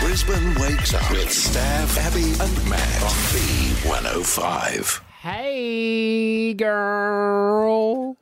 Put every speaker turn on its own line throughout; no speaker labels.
Brisbane wakes up with Stav, Abby, and Matt on B105.
Hey, girl.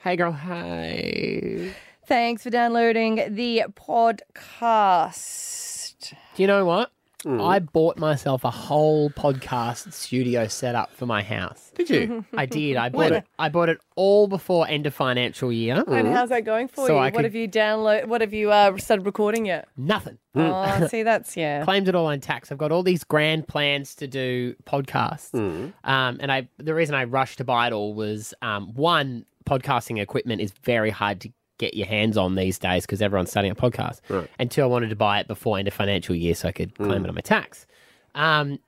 Hey, girl. Hey.
Thanks for downloading the podcast.
Do you know what?
Mm.
I bought myself a whole podcast studio setup for my house.
Did you?
I did. I bought it. I bought it all before end of financial year.
Mm.
And how's that going for
Mm-hmm. So
you?
I
what
could-
have you download? What have you uh, started recording yet?
Nothing.
Mm.
Oh, see, that's yeah.
Claimed it all on tax. I've got all these grand plans to do podcasts. Um, and I the reason I rushed to buy it all was um, one, podcasting equipment is very hard to get your hands on these days because everyone's starting a podcast. And two, I wanted to buy it before end of financial year so I could claim it on my tax. Um,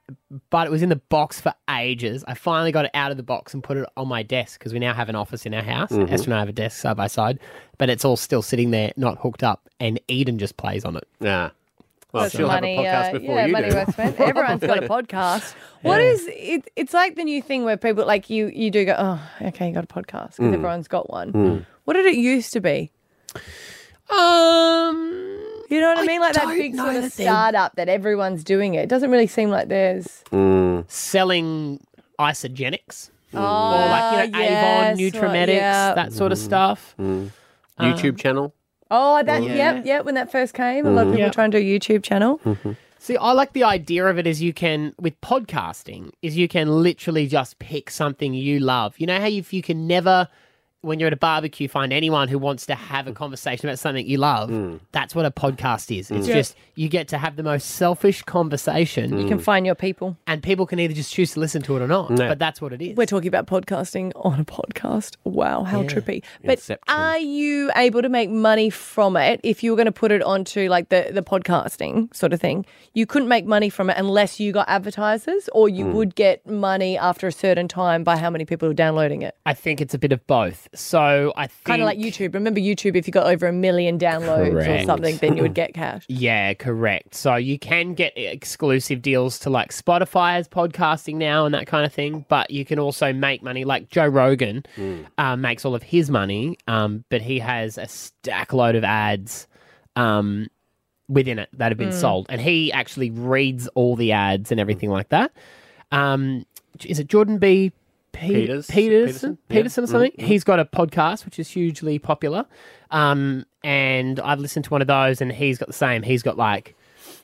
but it was in the box for ages. I finally got it out of the box and put it on my desk because we now have an office in our house. Esther and I have a desk side by side, but it's all still sitting there, not hooked up. and Eden just plays on it.
Yeah. Well,
That's
she'll
money,
have a podcast
uh,
before
yeah,
you
money
do.
well spent. Everyone's got a podcast. What is it? It's like the new thing where people like you. You do go, oh, okay, you got a podcast because everyone's got one.
Mm.
What did it used to be?
Um,
You know what I, mean? Like that
don't
big
know
sort of
that they-
startup that everyone's doing it. It doesn't really seem like there's.
selling isogenics
Oh,
or like you know Avon,
yes, well,
Nutramedics,
yeah.
that sort of
Hmm.
stuff.
Mm-hmm.
Um,
YouTube channel.
Oh, that
Yeah.
yep, yep. When that first came, a lot of people
Yep.
trying to do a YouTube channel.
See, I like the idea of it is you can with podcasting is you can literally just pick something you love. You know how if you can never when you're at a barbecue find anyone who wants to have a conversation about something you love. That's what a podcast is. It's
Hmm. Yeah.
just you get to have the most selfish conversation
You can find your people.
and people can either just choose to listen to it or not.
Yeah.
But that's what it is.
We're talking about podcasting on a podcast. Wow, how trippy! But
Inception.
are you able to make money from it if you were going to put it onto like the the podcasting sort of thing? You couldn't make money from it unless you got advertisers, or you would get money after a certain time by how many people are downloading it.
I think it's a bit of both. So I think
Kind of like YouTube. Remember YouTube? If you got over a million downloads or
Correct.
something, then you would get cash.
Yeah, correct. So you can get exclusive deals to like Spotify's podcasting now and that kind of thing, but you can also make money. Like Joe Rogan
Mm.
uh, makes all of his money, um, but he has a stack load of ads um, within it that have been sold, and he actually reads all the ads and everything like that. Um, is it Jordan B. Pe-
Peters-
Peterson,
Peterson? Yeah. Mm-hmm.
Peterson or something. He's got a podcast which is hugely popular, um, and I've listened to one of those, and he's got the same. He's got like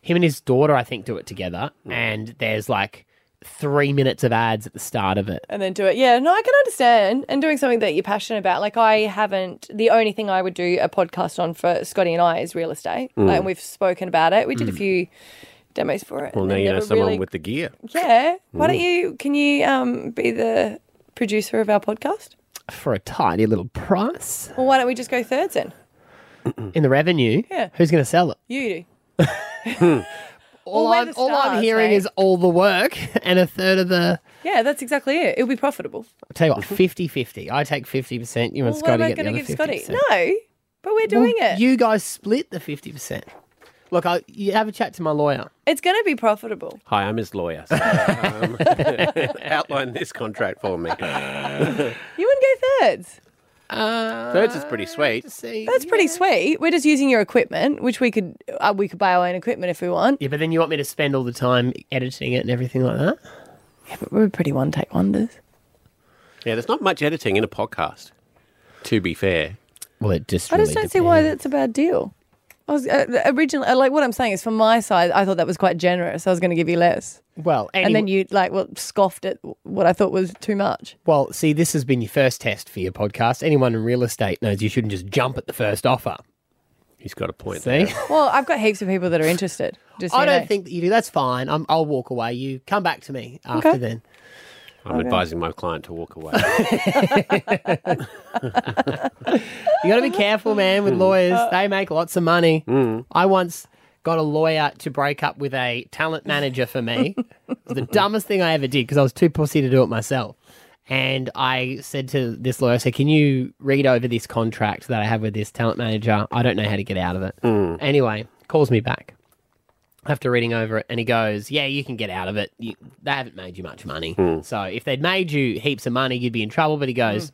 him and his daughter, I think, do it together,
Hmm.
and there's like three minutes of ads at the start of it.
and then do it. Yeah, no, I can understand. And doing something that you're passionate about. Like I haven't. The only thing I would do a podcast on for Scotty and I is real estate.
Mm.
Like, and we've spoken about it. We did a few demos for it.
Well,
and
now
then
you know
never
someone
really-
with the gear.
Yeah. Why don't you? Can you um be the producer of our podcast?
for a tiny little price
Well, why don't we just go thirds then?
in the revenue.
Yeah.
Who's going to sell it?
You do.
Hmm. All,
we're
I'm,
the
all I'm
stars,
hearing
mate.
is all the work and a third of the.
Yeah, that's exactly it. It'll be profitable.
I'll tell you what, 50 50. I take 50%. You and
well, what am
Scotty
I
get the
going
other
to give Scotty?
50%.
No, but we're doing
Well,
it.
You guys split the 50%. Look, I, you have a chat to my lawyer.
It's going to be profitable.
Hi, I'm his lawyer. So, um, outline this contract for me.
You wouldn't go thirds.
Uh,
Thirds is pretty sweet.
see.
That's pretty sweet. We're just using your equipment, which we could uh, we could buy our own equipment if we want.
Yeah, but then you want me to spend all the time editing it and everything like that?
But we're pretty one take wonders.
Yeah, there's not much editing in a podcast. To be fair,
Well, it just.
I just don't see why that's a bad deal. I was uh, originally uh, like what I'm saying is from my side, I thought that was quite generous. I was going to give you less,
Well,
and then you like well scoffed at what I thought was too much.
Well, see, this has been your first test for your podcast. Anyone in real estate knows you shouldn't just jump at the first offer.
he's got a point
See?
there.
Well, I've got heaps of people that are interested. Just so
I
you
don't
know.
think that you do. That's fine. I'm, I'll walk away. You come back to me after
Okay.
then.
I'm advising my client to walk away.
You got to be careful, man, with lawyers. They make lots of money. I once got a lawyer to break up with a talent manager for me. it was the dumbest thing I ever did because I was too pussy to do it myself. And I said to this lawyer, I said, Can you read over this contract that I have with this talent manager? I don't know how to get out of it. Anyway, calls me back after reading over it, and he goes, "Yeah, you can get out of it. You, they haven't made you much money. So if they'd made you heaps of money, you'd be in trouble." But he goes,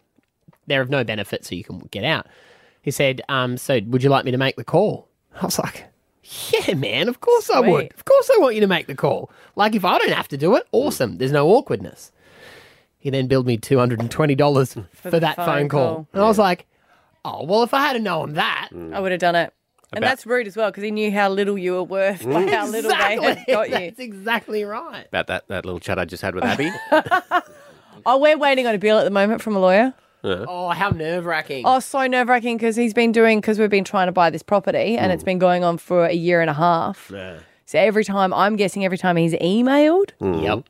"They're of no benefit, so you can get out." He said, um, "So would you like me to make the call?" I was like, Yeah, man, of course I would.
Sweet.
Of course I want you to make the call. Like, if I don't have to do it, awesome. There's no awkwardness. He then billed me $220 for,
the
that
phone
phone, call.
call.
And I was like, oh, well, if I had known that,
I would have done it. And
About-
that's rude as well because he knew how little you were worth by how little they had got you.
That's exactly right.
About that, that little chat I just had with Abby.
Oh, we're waiting on a bill at the moment from a lawyer.
Uh,
Oh, how nerve wracking.
Oh, so nerve wracking because he's been doing because we've been trying to buy this property
Hmm.
and it's been going on for a year and a half. So every time I'm guessing every time he's emailed,
Hmm. Yep.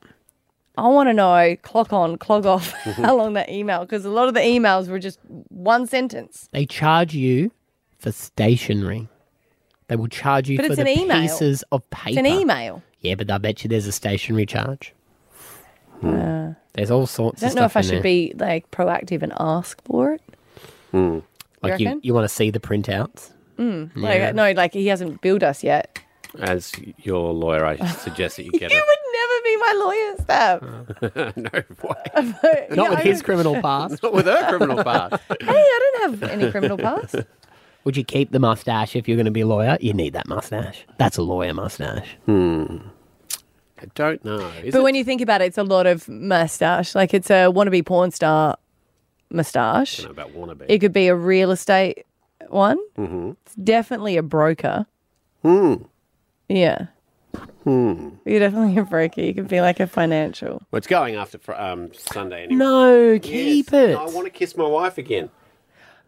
I want to know clock on, clock off how long that email because a lot of the emails were just one sentence.
They charge you for stationery. They will charge you
But
for
it's
the
an email.
pieces of paper.
It's an email.
Yeah, but I bet you there's a stationary charge. Hmm. There's all sorts.
Hmm. I
of
don't know if
stuff
I
in
should
there.
be like proactive and ask for it.
Hmm.
like you.
reckon? Hmm.
You want to see the printouts? Hmm.
Like no, like he hasn't billed us yet.
As your lawyer, I suggest that you get
You would never
Uh.
be my lawyer, Steph.
it. no, why?
But,
Not
yeah,
with
I
his
don't-
criminal past.
Not with her criminal past.
Hey, I don't have any criminal past.
Would you keep the mustache if you're going to be a lawyer? You need that mustache. That's a lawyer mustache. Hmm.
I don't know. Is
But
it?
when you think about it, it's a lot of mustache. Like it's a wannabe porn star mustache.
I don't know about wannabe.
It could be a real estate one. Mm-hmm. It's definitely a broker. Hmm. Yeah. Hmm. You're definitely a broker. You could be like a financial.
well, it's going after fr- um, Sunday anyway.
No,
Yes.
keep it.
No, I want to kiss my wife again.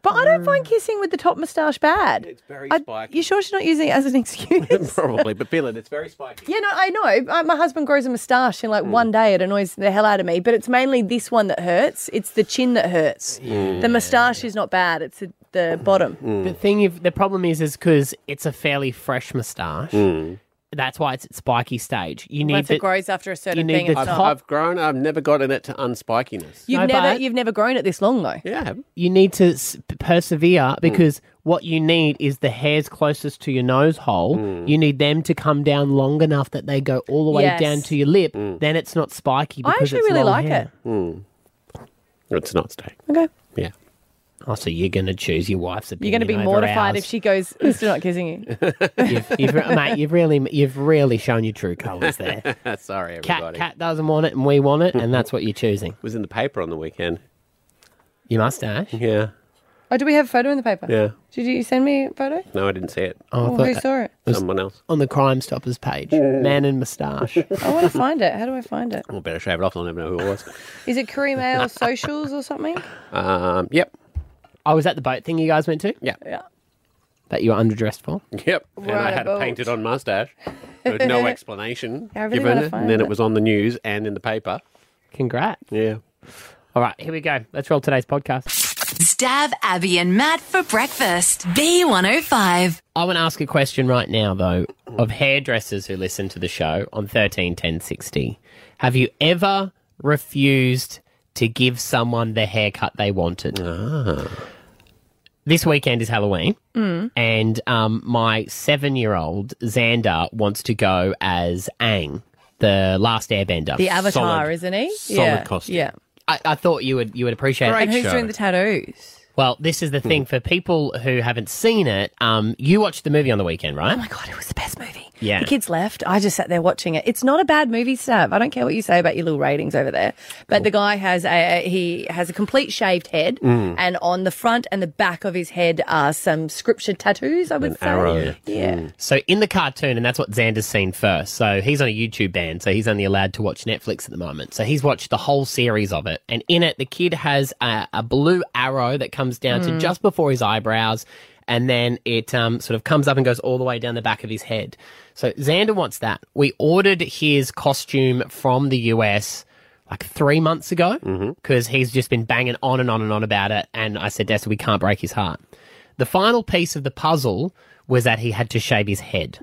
But I don't find kissing with the top mustache bad.
It's very
I-
spiky.
You sure she's not using it as an excuse?
Probably, but feel it. It's very spiky.
Yeah, no, I know. Uh, My husband grows a moustache, and like
Hmm.
one day it annoys the hell out of me. But it's mainly this one that hurts. It's the chin that hurts. The moustache is not bad. It's the, the bottom.
The thing, if the problem is, is because it's a fairly fresh mustache. That's why it's at spiky stage. You need
Once it
the-
grows after a certain
need
thing,
the
it's
I've,
not.
I've grown. I've never gotten it to unspikiness.
You've
No,
never, e-,
but-
you've never grown it this long though.
Yeah, I have.
you need to s- p- persevere because what you need is the hairs closest to your nose hole. You need them to come down long enough that they go all the way
Yes.
down to your lip. Then it's not spiky.
I
Because
actually
it's
really
long
like
hair.
it.
It's not steak.
Okay,
Yeah.
Oh, so you're going to choose your wife's
you're going
opinion?
to be
over
mortified if
ours.
she goes, "I'm still not kissing you."
You've, you've, mate, you've really, you've really shown your true colours there.
Sorry,
Cat,
everybody.
cat doesn't want it, and we want it, and that's what you're choosing.
It was in the paper on the weekend.
Your mustache.
Yeah.
Oh, do we have a photo in the paper?
Yeah.
Did you send me a photo?
No, I didn't see it.
Oh, I
Oh,
thought-
who saw it?
Someone else.
on the Crime Stoppers page, man and moustache.
I want to find it. How do I find it?
Well, better shave it off. I'll never know who it was.
Is it Kareem Ale socials or something?
Um, yep.
I was at the boat thing you guys went to
Yeah.
that you were underdressed for.
Yep. And
Right
I had
about.
a painted on mustache. With no explanation
I really
given.
wanna
And
find
then
it.
it was on the news and in the paper.
Congrats.
Yeah.
All right, here we go. Let's roll today's podcast.
Stab Abby and Matt for breakfast. B105.
I want to ask a question right now, though, of hairdressers who listen to the show on 13 10 60. Have you ever refused to give someone the haircut they wanted?
Ah.
This weekend is Halloween,
Mm-hmm.
and um, my seven year old Xander wants to go as Aang, the last airbender.
The Avatar,
Solid-
isn't he?
solid
yeah.
costume.
Yeah.
I, I thought you would you would appreciate
And
it.
who's doing the Hmm. tattoos?
Well, this is the thing for people who haven't seen it. Um, you watched the movie on the weekend, right?
Oh my god, it was the best movie.
Yeah.
The kids left. I just sat there watching it. It's not a bad movie, Stab. I don't care what you say about your little ratings over there. But the guy has a he has a complete shaved head
Mm.
and on the front and the back of his head are some scripture tattoos, I would say.
arrow.
Yeah.
Mm. So in the cartoon, and that's what Xander's seen first. So he's on a YouTube ban, so he's only allowed to watch Netflix at the moment. So he's watched the whole series of it, and in it, the kid has a, a blue arrow that comes down
Mm.
to just before his eyebrows, and then it um, sort of comes up and goes all the way down the back of his head. So Xander wants that. We ordered his costume from the US. like three months ago because he's just been banging on and on and on about it. And I said, Dessa, we can't break his heart. The final piece of the puzzle was that he had to shave his head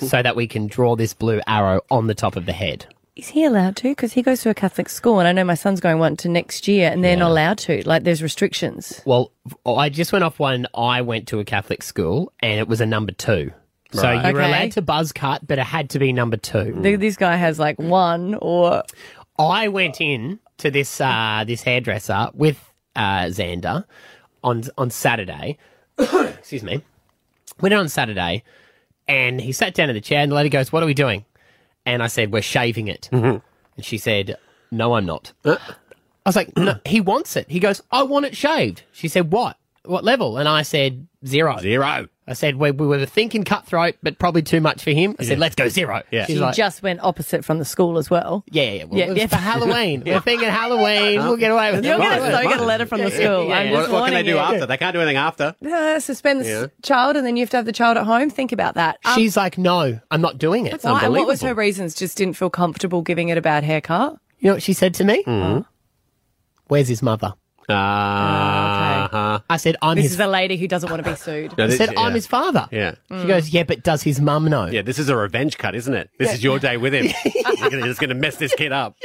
so that we can draw this blue arrow on the top of the head.
Is he allowed to? Because he goes to a Catholic school and I know my son's going one to next year and they're not allowed to. Like there's restrictions.
Well, I just went off when I went to a Catholic school and it was a number two. So you were
Okay.
allowed to buzz cut, but it had to be number two.
Th- This guy has like one or
I went in to this uh, this hairdresser with uh, Xander on on Saturday. Excuse me. Went in on Saturday, And he sat down in the chair, and the lady goes, What are we doing? And I said, We're shaving it.
Mm-hmm.
And she said, No, I'm not.
Uh.
I was like, No, he wants it. He goes, I want it shaved. She said, What? What level? And I said, Zero.
Zero.
I said, We, we were thinking cutthroat, but probably too much for him. I said, Let's go zero.
Yeah.
She's
You
like,
just went opposite from the school as well.
yeah, yeah, yeah. Well,
Yeah,
it was
yeah.
for Halloween. We're thinking Halloween. We'll get away with it.
You're going to
Mine,
so get a
mine.
letter from the school.
yeah,
I'm
yeah.
just
What, what can they
warning
do
you.
after? They can't do anything after.
Uh, suspend the s- child, and then you have to have the child at home. Think about that. Um,
She's like, No, I'm not doing it.
why- and what was her reasons? Just didn't feel comfortable giving it a bad haircut.
You know what she said to me?
Mm-hmm.
Where's his mother? Ah,
Uh-huh.
I said, I'm
This
his
is a lady who doesn't want to be sued.
No,
I
this-
said, I'm
yeah.
his father.
Yeah.
She goes, yeah, but does his mum know?
Yeah, this is a revenge cut, isn't it? This is your day with him. You're gonna- It's going to mess this kid up.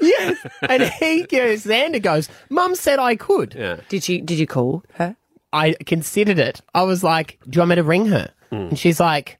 Yes. And he goes, Xander goes, Mum said I could.
Yeah.
Did you Did you call her?
I considered it. I was like, do you want me to ring her?
Mm.
And she's like,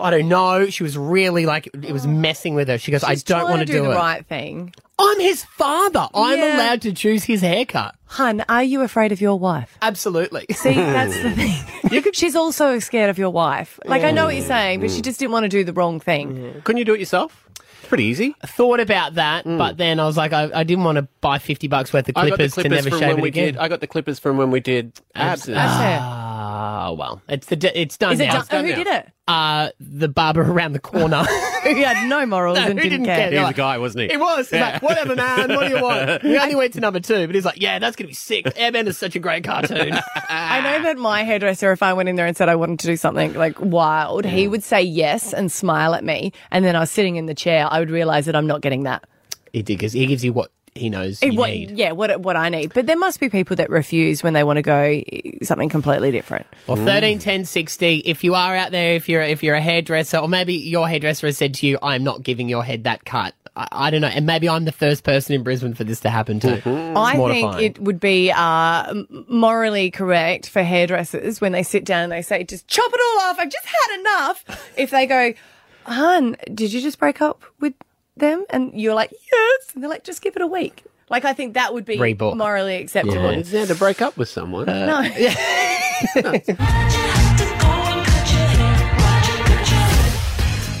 I don't know. She was really like, it was messing with her. She goes, I don't
Trying
want to do,
the
it.
right thing.
I'm his father. I'm
Yeah.
allowed to choose his haircut.
Hun, are you afraid of your wife?
Absolutely.
See, that's the thing. She's also scared of your wife. Like, I know what you're saying,
Mm.
but she just didn't want to do the wrong thing.
Couldn't you do it yourself? It's pretty easy. Mm.
Thought about that, but then I was like, I, I didn't want to buy 50 bucks worth of
I got the
clippers, to
clippers
never
from
shave
when
it
we
again.
did. I got the clippers from when we did. Absolutely.
That's
Ah, well, it's the d- it's done Oh,
it. Is it
now.
done?
done
Who
now.
did it?
Uh, the barber around the corner.
Who had no morals and
who
didn't,
didn't
care.
care?
He was
like-
a guy, wasn't he?
It was. He's like, whatever, man. What do you want? We only went to number two, but he's like, yeah, that's gonna be sick. Airbender is such a great cartoon.
I know that my hairdresser, if I went in there and said I wanted to do something like wild, he would say yes and smile at me. And then I was sitting in the chair, I would realize that I'm not getting that.
he did because he gives you what he knows you
what,
Mm.
need.
Yeah, what, what I need. But there must be people that refuse when they want to go eh, something completely different.
Well, thirteen, ten, sixty. If you are out there, if you're if you're a hairdresser, or maybe your hairdresser has said to you, "I'm not giving your head that cut." I, I don't know, and maybe I'm the first person in Brisbane for this to happen to.
Mm-hmm.
It's
I
mortifying.
think it would be uh, m- morally correct for hairdressers when they sit down and they say, just chop it all off. I've just had enough. if they go, hun, did you just break up with them? And you're like, yes. And they're like, just give it a week. Like, I think that would be
Rebook.
morally acceptable.
It's there to break up with someone.
Uh,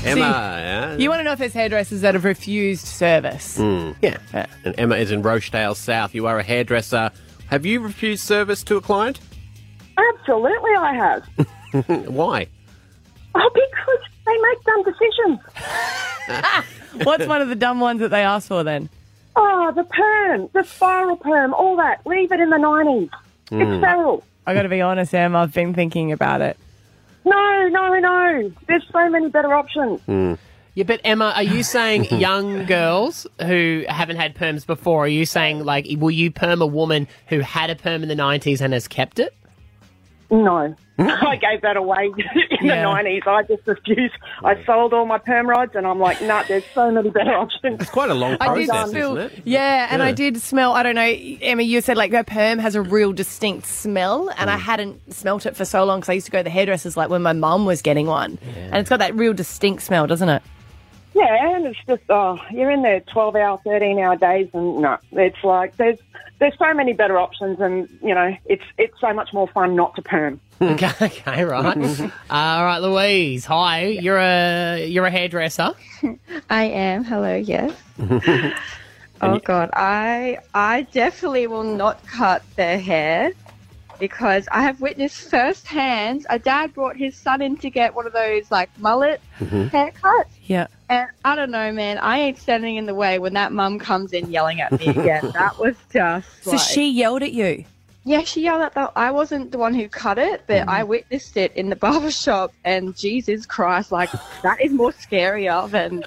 Emma, eh? yeah.
You want to know if there's hairdressers that have refused service.
yeah.
and Emma is in Rochdale South. You are a hairdresser. Have you refused service to a client?
Absolutely, I have.
Why?
Oh, because they make dumb decisions.
Mm.
What's one of the dumb ones that they asked for then?
Oh, the perm, the spiral perm, all that. Leave it in the 90s.
Hmm.
It's
Mm.
feral.
I got to be honest, Em, I've been thinking about it.
No, no, no. There's so many better options.
Hmm.
Yeah, but Emma, are you saying young girls who haven't had perms before? Are you saying like, will you perm a woman who had a perm in the nineties and has kept it?
No. I gave that away in
Yeah.
the 90s. I just refused. I sold all my perm rods and I'm like, nah, there's so many better options.
It's quite a long
I did
process,
feel,
isn't it?
yeah, and I
Yeah.
did smell. I don't know, Emma. You said like her perm has a real distinct smell, and I
Mm.
hadn't smelt it for so long because I used to go to the hairdressers like when my mum was getting one, and it's got that real distinct smell, doesn't it?
Yeah, and it's just, oh, you're in there 12 hour, 13 hour days and no, it's like, there's. There's so many better options, and you know it's it's so much more fun not to perm.
Okay, okay, right. All right, Louise. Hi, you're a you're a hairdresser.
I am. Hello. Yes. oh God, I I definitely will not cut their hair because I have witnessed firsthand. A dad brought his son in to get one of those like mullet haircuts,
Yeah.
and I don't know, man. I ain't standing in the way when that mum comes in yelling at me again. that was just
So
like,
she yelled at you.
yeah, she yelled at the. I wasn't the one who cut it, but I witnessed it in the barber shop, and Jesus Christ, like that is more scarier than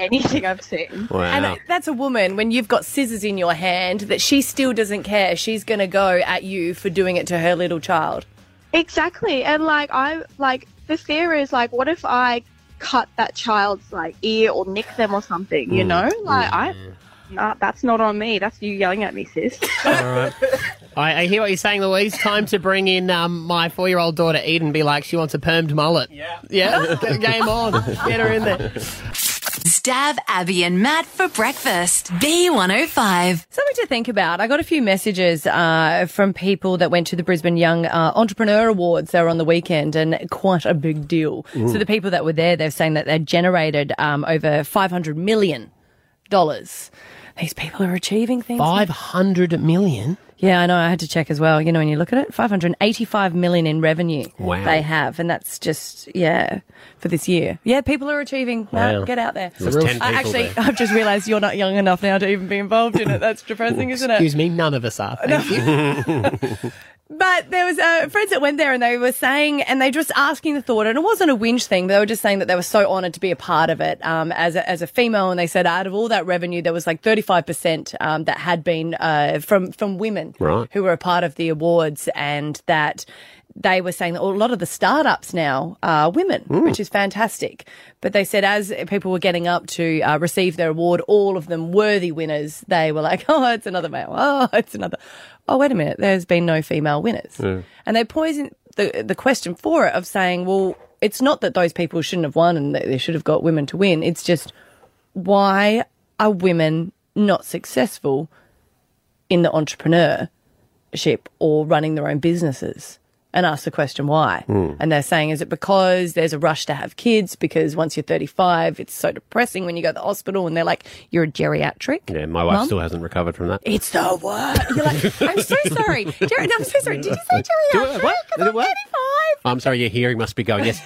anything I've seen.
Wow.
And that's a woman when you've got scissors in your hand that she still doesn't care. She's going to go at you for doing it to her little child.
Exactly. And like I like the fear is like what if I cut that child's like ear or nick them or something,
Mm,
you know? Like I nah, that's not on me. That's you yelling at me, sis.
I, I hear what you're saying, Louise. Time to bring in um, my four year old daughter Eden. Be like, she wants a permed mullet. Yeah, yeah. Game on. Get her in there.
Stab Abby and Matt for breakfast. B105.
Something to think about. I got a few messages uh, from people that went to the Brisbane Young uh, Entrepreneur Awards. They were on the weekend and quite a big deal. So the people that were there, they're saying that they generated um, over $500 million. These people are achieving things.
500 million?
Yeah, I know. I had to check as well. You know, when you look at it, 585 million in revenue
Wow.
they have. And that's just, yeah, for this year. Yeah, people are achieving. Wow.
Wow.
get out there.
There's 10 people
I actually,
there.
I've just realised you're not young enough now to even be involved in it. That's depressing, isn't it?
Excuse me, none of us are. Thank you.
But there was uh, friends that went there and they were saying, and they just asking the thought, and it wasn't a whinge thing. They were just saying that they were so honoured to be a part of it um, as a, as a female, and they said out of all that revenue, there was like thirty five percent um, that had been uh, from from women
Right.
who were a part of the awards, and that they were saying that a lot of the startups now are women, which is fantastic. But they said as people were getting up to uh, receive their award, all of them worthy winners, they were like, oh, it's another male. Oh, it's another. Oh, wait a minute. There's been no female winners. And they poisoned the, the question for it of saying, well, it's not that those people shouldn't have won and that they should have got women to win. It's just why are women not successful in the entrepreneurship or running their own businesses? And ask the question why. And they're saying, is it because there's a rush to have kids? Because once you're 35, it's so depressing when you go to the hospital and they're like, you're a geriatric.
Yeah, my wife still hasn't recovered from that.
It's the worst. You're like,
"Oh,
I'm so sorry. Ger- I'm so sorry. Did you say
Do
geriatric?
it, what? Did it
I'm
what?
35.
I'm sorry, your hearing must be going. Yes,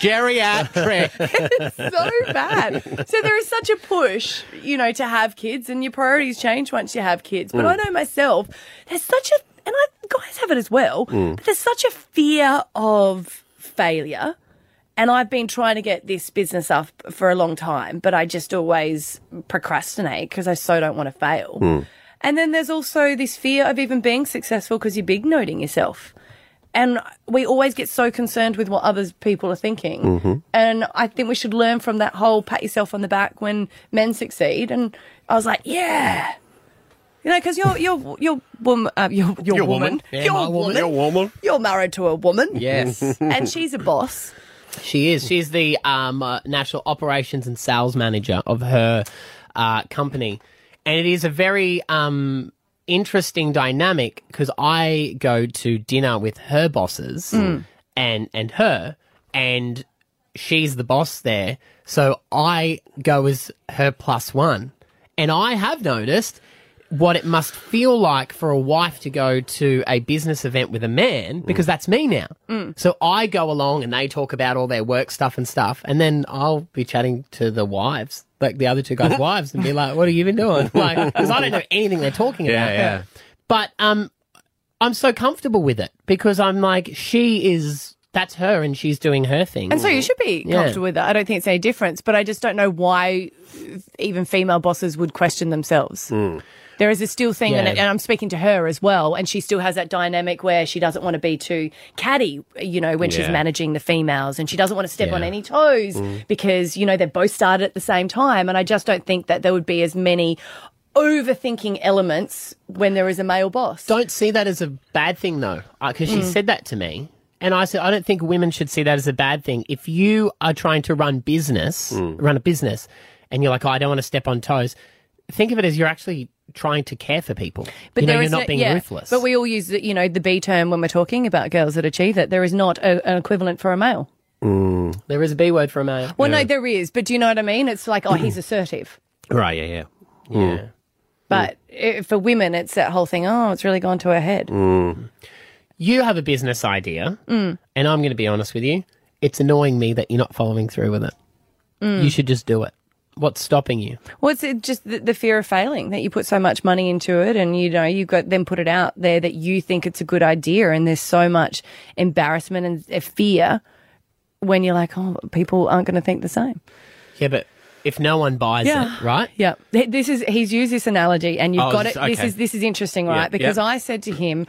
geriatric.
so bad. So there is such a push, you know, to have kids, and your priorities change once you have kids. But I know myself, there's such a, and I, guys have it as well, but there's such a fear of failure. And I've been trying to get this business up for a long time, but I just always procrastinate because I so don't want to fail.
Mm.
And then there's also this fear of even being successful because you're big noting yourself and we always get so concerned with what other people are thinking. And I think we should learn from that whole pat yourself on the back when men succeed. And I was like, yeah. You know, because you're you're you're woman, uh, you're, you're,
Your
woman,
woman.
Yeah,
you're
my
a
woman.
woman,
Your woman.
you're married to a woman,
Yes.
and she's a boss.
she is. She's the um, uh, national operations and sales manager of her uh, company. And it is a very um, interesting dynamic because I go to dinner with her bosses and, and her, and she's the boss there. So I go as her plus one. And I have noticed what it must feel like for a wife to go to a business event with a man because that's me now. So I go along and they talk about all their work stuff and stuff. And then I'll be chatting to the wives, like the other two guys' wives, and be like, what have you been doing? Like, because I don't know anything they're talking about.
yeah.
But um, I'm so comfortable with it because I'm like, she is, that's her and she's doing her thing.
And so you should be
Yeah.
comfortable with that. I don't think it's any difference, but I just don't know why even female bosses would question themselves.
Mm. Uh,
There is a still thing, and,
Yeah.
and I'm speaking to her as well, and she still has that dynamic where she doesn't want to be too catty, you know, when she's
Yeah.
managing the females, and she doesn't want to step on any toes
Mm.
because, you know, they both started at the same time. And I just don't think that there would be as many overthinking elements when there is a male boss.
don't see that as a bad thing though, because
Mm.
she said that to me, and I said I don't think women should see that as a bad thing. If you are trying to run business,
Mm.
run a business, and you're like, oh, I don't want to step on toes, think of it as you're actually trying to care for people. But you know,
there
you're
is
not
no-
being
yeah,
ruthless.
But we all use, the, you know, the B term when we're talking about girls that achieve it. There is not a, an equivalent for a male.
there is a B word for a male.
Well, no, there is, but do you know what I mean? It's like, oh, he's assertive.
Right, yeah, yeah.
But i for women, it's that whole thing. Oh, it's really gone to her head. Mm.
You have a business idea, and I'm going to be honest with you. It's annoying me that you're not following through with it.
Mm.
You should just do it. What's stopping you?
What's it? Just the, the fear of failing that you put so much money into it, and you know you got then put it out there that you think it's a good idea, and there's so much embarrassment and uh, fear when you're like, oh, people aren't going to think the same.
Yeah, but if no one buys
Yeah.
it, right?
Yeah, Th- this is he's used this analogy, and you've
Oh,
got
this-
it. This
okay.
is this is interesting, right? because
yeah.
I said to him,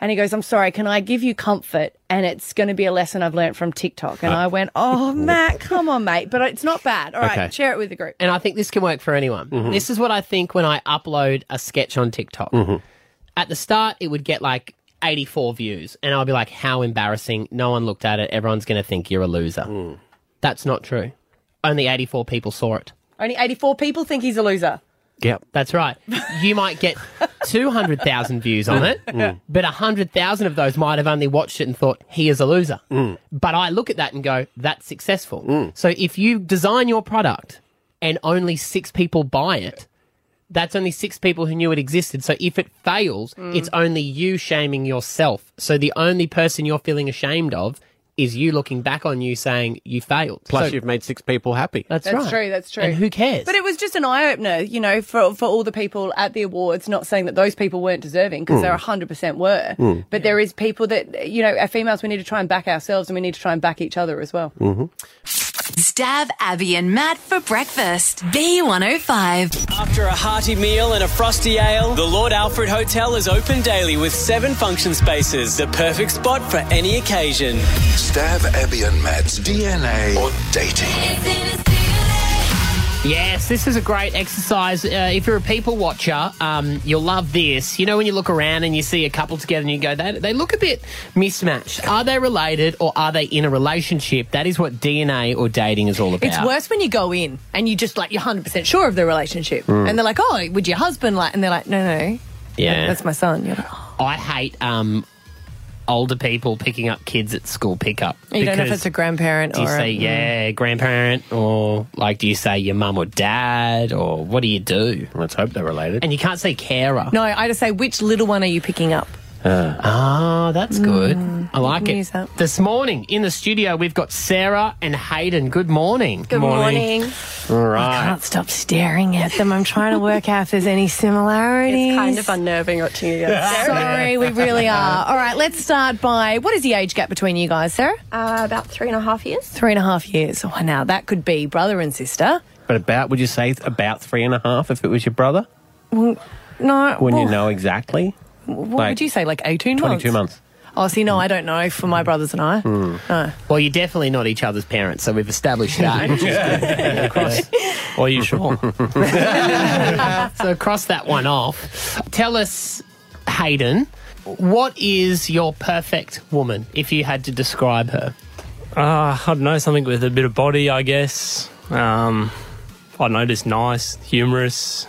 and he goes, "I'm sorry, can I give you comfort?" And it's going to be a lesson I've learnt from TikTok. And I went, "Oh, Matt, come on, mate!" But it's not bad. All right,
Okay.
share it with the group.
and I think this can work for anyone. This is what I think when I upload a sketch on TikTok. At the start, it would get like 84 views, and I'll be like, how embarrassing. No one looked at it. Everyone's going to think you're a loser. That's not true. Only 84 people saw it.
Only 84 people think he's a loser.
Yep.
That's right. You might get 200,000 views on it,
Hmm. Mm.
but 100,000 of those might have only watched it and thought, he is a loser.
Hmm.
But I look at that and go, that's successful.
Mm.
So if you design your product and only six people buy it, that's only six people who knew it existed. So if it fails,
Mm.
it's only you shaming yourself. So the only person you're feeling ashamed of is you looking back on you saying you failed.
Plus,
So
you've made six people happy.
that's,
That's
right.
true, that's true.
And who cares?
But it was just an eye opener, you know, for, for all the people at the awards, not saying that those people weren't deserving because
Mm.
they 100% were.
Mm.
But there is people that, you know, as females, we need to try and back ourselves and we need to try and back each other as well.
Mm-hmm.
Stab Abby and Matt for breakfast. B105.
After a hearty meal and a frosty ale, the Lord Alfred Hotel is open daily with seven function spaces, the perfect spot for any occasion.
Stav, Abby, and Matt's DNA or dating.
Yes, this is a great exercise. Uh, if you're a people watcher, um, you'll love this. You know, when you look around and you see a couple together and you go, they, they look a bit mismatched. Are they related or are they in a relationship? That is what DNA or dating is all about.
It's worse when you go in and you just like you're hundred percent sure of the relationship,
Mm.
and they're like, "Oh, would your husband like?" And they're like, "No, no,
Yeah.
that's my son." You're like, "Oh."
I hate um, older people picking up kids at school pickup.
You don't know if
because
it's a grandparent
Do you
or a-
say,
mm.
yeah, grandparent? Or, like, do you say your mum or dad? Or what do you do? Let's hope they're related. And you can't say carer.
No, I just say, which little one are you picking up?
Ah, that's
Hmm.
good. I like
can
it.
use that.
This morning in the studio, we've got Sarah and Hayden. Good morning.
Good morning.
All
I
right.
can't stop staring at them. I'm trying to work out if there's any similarities.
It's kind of unnerving watching you guys.
Sorry, we really are. All right, let's start by what is the age gap between you guys, Sarah?
Uh, about three and a half years.
Three and a half years. Oh, now that could be brother and sister.
But about, would you say th- about three and a half if it was your brother?
Well,
Uh,
no.
When you
oh.
well,
know exactly?
What
like
would you say? Like 18
22 months.
Oh, see,
Mm-hmm.
no, I don't know for my brothers and I. No.
Well, you're definitely not each other's parents, so we've established that. which is good. Cross-
Or you sure?
so cross that one off. Tell us, Hayden, what is your perfect woman if you had to describe her?
Uh, I don't know, something with a bit of body, I guess. Um, I don't know, just nice, humorous,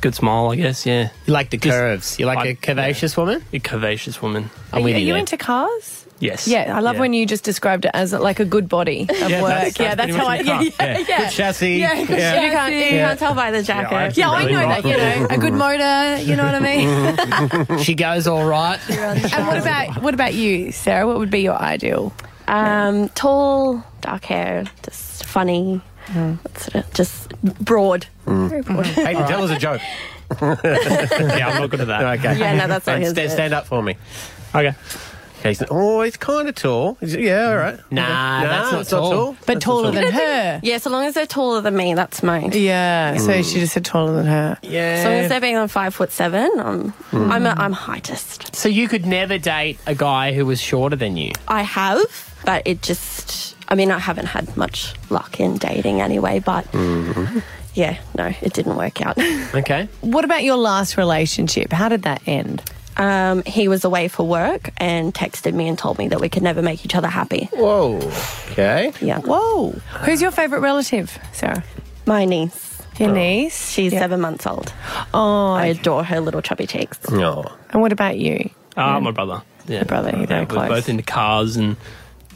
good smile, I guess, yeah.
You like the curves. You like a curvaceous woman?
A curvaceous woman.
Are you, are you into cars?
Yes.
Yeah, I love when you just described it as like a good body of
Yeah,
work.
that's-
yeah, that's
that's pretty
how I.
much the
Yeah,
car.
yeah,
Yeah.
yeah.
Good chassis.
Yeah, good
Yeah.
chassis.
You can't- you Yeah. can't
tell by the jacket.
Yeah, I,
really
know that. You know, a good motor. You know what I mean.
Mm-hmm.
she goes all right.
and what about what about you, Sarah? What would be your ideal?
Um, tall, dark hair, just funny. That's it, just broad. Very broad.
Hayden, tell us a joke. yeah,
I'm not good at that.
Okay.
Yeah, no, that's not
And
his
stand,
bit.
stand up for me.
Okay.
Okay, he's, oh, he's kind of tall. He's- yeah, all right.
Nah,
Okay.
that's not
it's
tall.
But taller than her.
Yeah, so long as they're taller than me, that's mine.
Yeah. So
Mm.
she just said taller than her.
Yeah.
As long as they're being on five foot seven, I'm I'm a, I'm heightest.
So you could never date a guy who was shorter than you.
I have, but it just I mean I haven't had much luck in dating anyway. But yeah, no, it didn't work out.
Okay.
What about your last relationship? How did that end?
Um, he was away for work and texted me and told me that we could never make each other happy.
Whoa. Okay.
Yeah,
Whoa. Who's your favourite relative, Sarah?
my niece.
Your niece.
She's
Yeah.
seven months old.
Oh.
I adore her little chubby cheeks.
Oh.
And what about you?
Uh, my brother. Yeah.
brother, you're very
yeah,
close.
We're both into cars and,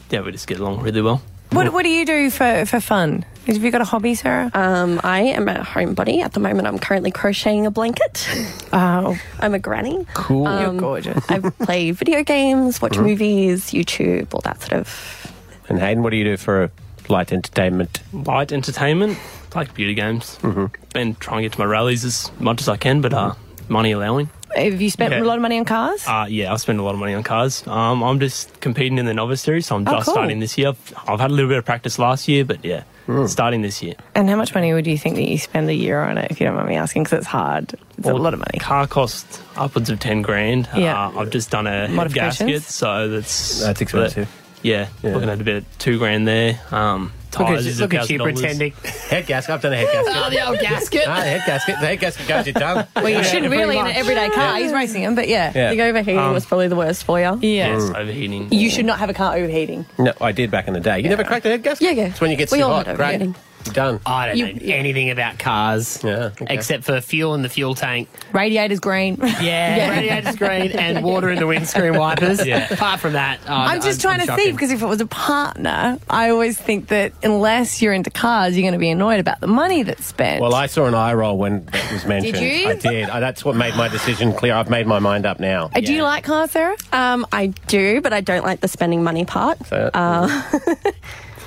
yeah, we just get along really well.
What What do you do for for fun? Have you got a hobby, Sarah?
Um, I am a homebody at the moment. I'm currently crocheting a blanket.
Oh,
I'm a granny. Um,
Cool.
you're gorgeous.
I play video games, watch movies, YouTube, all that sort of.
And Hayden, what do you do for light entertainment?
Light entertainment, like beauty games. Mm-hmm. Been trying to get to my rallies as much as I can, but uh, money allowing.
Have you spent
Yeah.
a lot of money on cars?
Uh, yeah, I spend a lot of money on cars. Um, I'm just competing in the novice series, so I'm
Oh,
just
cool.
starting this year. I've, I've had a little bit of practice last year, but yeah,
Mm.
starting this year.
And how much money would you think that you spend a year on it, if you don't mind me asking? Because it's hard. It's a
Well,
lot of money.
Car cost upwards of ten grand.
Yeah.
Uh, I've just done a head
Modifications?
gasket, so that's
That's expensive.
but, yeah, looking at about two grand there. Um,
Oh,
Look
tires
at,
is
look at you
$1,000.
pretending.
Head gasket. I've done a head gasket.
Oh, the old gasket.
ah, the head gasket. The head gasket goes Mm. your tongue.
Well, you should really in an everyday car. He's racing him, but yeah.
Yeah.
The overheating
Um,
was probably the worst for you.
Yeah.
Yes,
Mm.
overheating.
You should not have a car overheating.
No, I did back in the day. You never cracked a head gasket?
Yeah, yeah.
It's when you get
we
too
all
hot,
had
right?
overheating.
Done.
I don't
You-
know anything about cars. Yeah. Except for fuel in the fuel tank.
Radiator's green.
Yeah, radiator's green and water in the windscreen wipers.
Yeah.
Apart from that, uh,
I'm just trying to
shocking.
think because if it was a partner, I always think that unless you're into cars, you're going to be annoyed about the money that's spent.
Well, I saw an eye roll when that was mentioned.
you?
I did. I, that's what made my decision clear. I've made my mind up now.
Uh,
Do you
like cars, Sarah?
Um, I do, but I don't like the spending money part.
So-
uh,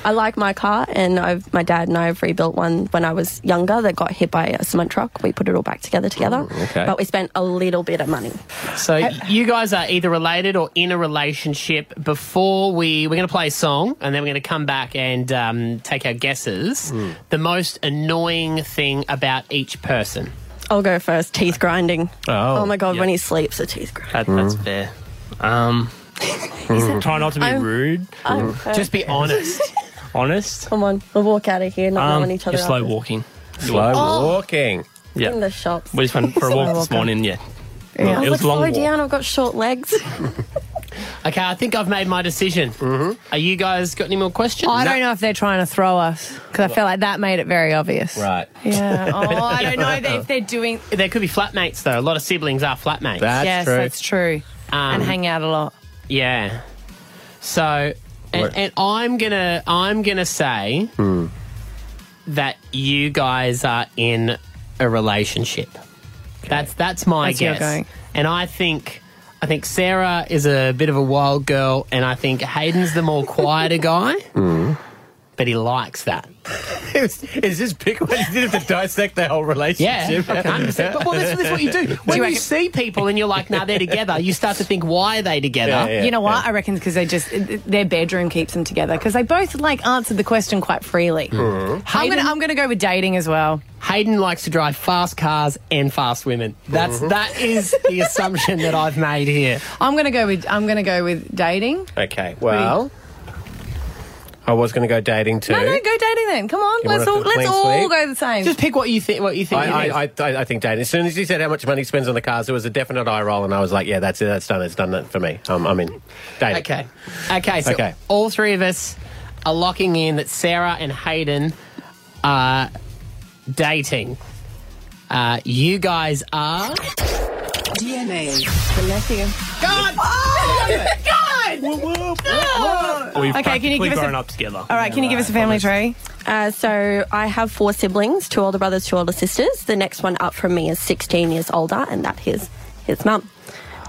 I like my car, and I've, my dad and I have rebuilt one when I was younger that got hit by a cement truck. We put it all back together together,
okay.
but we spent a little bit of money.
So you guys are either related or in a relationship. Before we we're going to play a song and then we're going to come back and um, take our guesses.
Hmm.
The most annoying thing about each person.
I'll go first. Teeth grinding.
Oh.
my god,
Yeah.
when he sleeps, the teeth grind.
That, That's
Mm.
fair. Um, try not to be
I'm-
rude.
I'm
Mm.
hurt. Just be honest.
honest.
Come on, we'll walk out of here, not
Um,
knowing each other.
you're slow
after.
walking.
Slow
Oh.
walking.
In
Yeah.
the shops.
We just went for a
Slow
walk this
walker.
morning. Yeah.
Oh
Yeah. I was
It was a
like,
long
slow
walk.
down, I've got short legs.
Okay, I think I've made my decision. Mm-hmm. Are you guys got any more questions?
I don't know if they're trying to throw us because I felt like that made it very obvious.
Right.
Yeah. Oh, I don't know
if
they're doing.
There could be flatmates though. A lot of siblings are flatmates. Um,
That's Yes, true. that's true. and hang out a lot.
Yeah. So,
What?
and, and I'm gonna I'm gonna say that you guys are in a relationship. That's that's my
That's your
guess.
going.
And I think I think Sarah is a bit of a wild girl, and I think Hayden's the more quieter guy, but he likes that.
Is, is this big one? You didn't have to dissect the whole
Yeah,
relationship.
100%. But well, that's, that's what you do. When you, see people and you're like, "Nah, they're together," you start to think, "Why are they together?"
You know what? I reckon because they just their bedroom keeps them together because they both like answered the question quite freely. I'm gonna I'm gonna go with dating as well.
Hayden likes to drive fast cars and fast women. That's
Mm-hmm.
that is the assumption that I've made here.
I'm gonna go with I'm gonna go with dating.
Okay. Well, I was going to go dating too.
No, no, go dating then. Come on,
You
let's
wanna
all
have a
let's
clean
all
sweep?
go the same. Just
pick what you think. What you
I, I, I, I I think dating. As soon as he said how much money he spends on the cars, there was a definite eye roll, and I was like, "Yeah, that's it. That's done. It's done that for me. I'm, I'm in." Dating.
Okay, okay. So
Okay.
all three of us are locking in that Sarah and Hayden are dating. Uh, you guys are.
DNA. Vanessa.
God!
God!
We've
Okay, can you
practically
give us a-
grown up together.
All right, can you give us a family tree? Uh, so I have four siblings, two older brothers, two older sisters. The next one up from me is 16 years older, and that is his mum.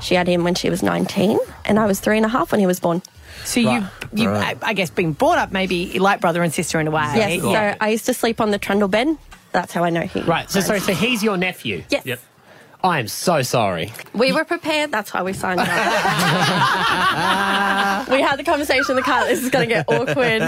She had him when she was 19, and I was three and a half when he was born.
So you you I, I guess being brought up maybe like brother and sister in a way.
Yes,
Yeah.
so I used to sleep on the trundle bed. That's how I know he.
Right. So sorry. So he's your nephew.
Yes.
Yep. I am so sorry.
We were prepared. That's why we signed up. we had the conversation in the car. This is going to get awkward.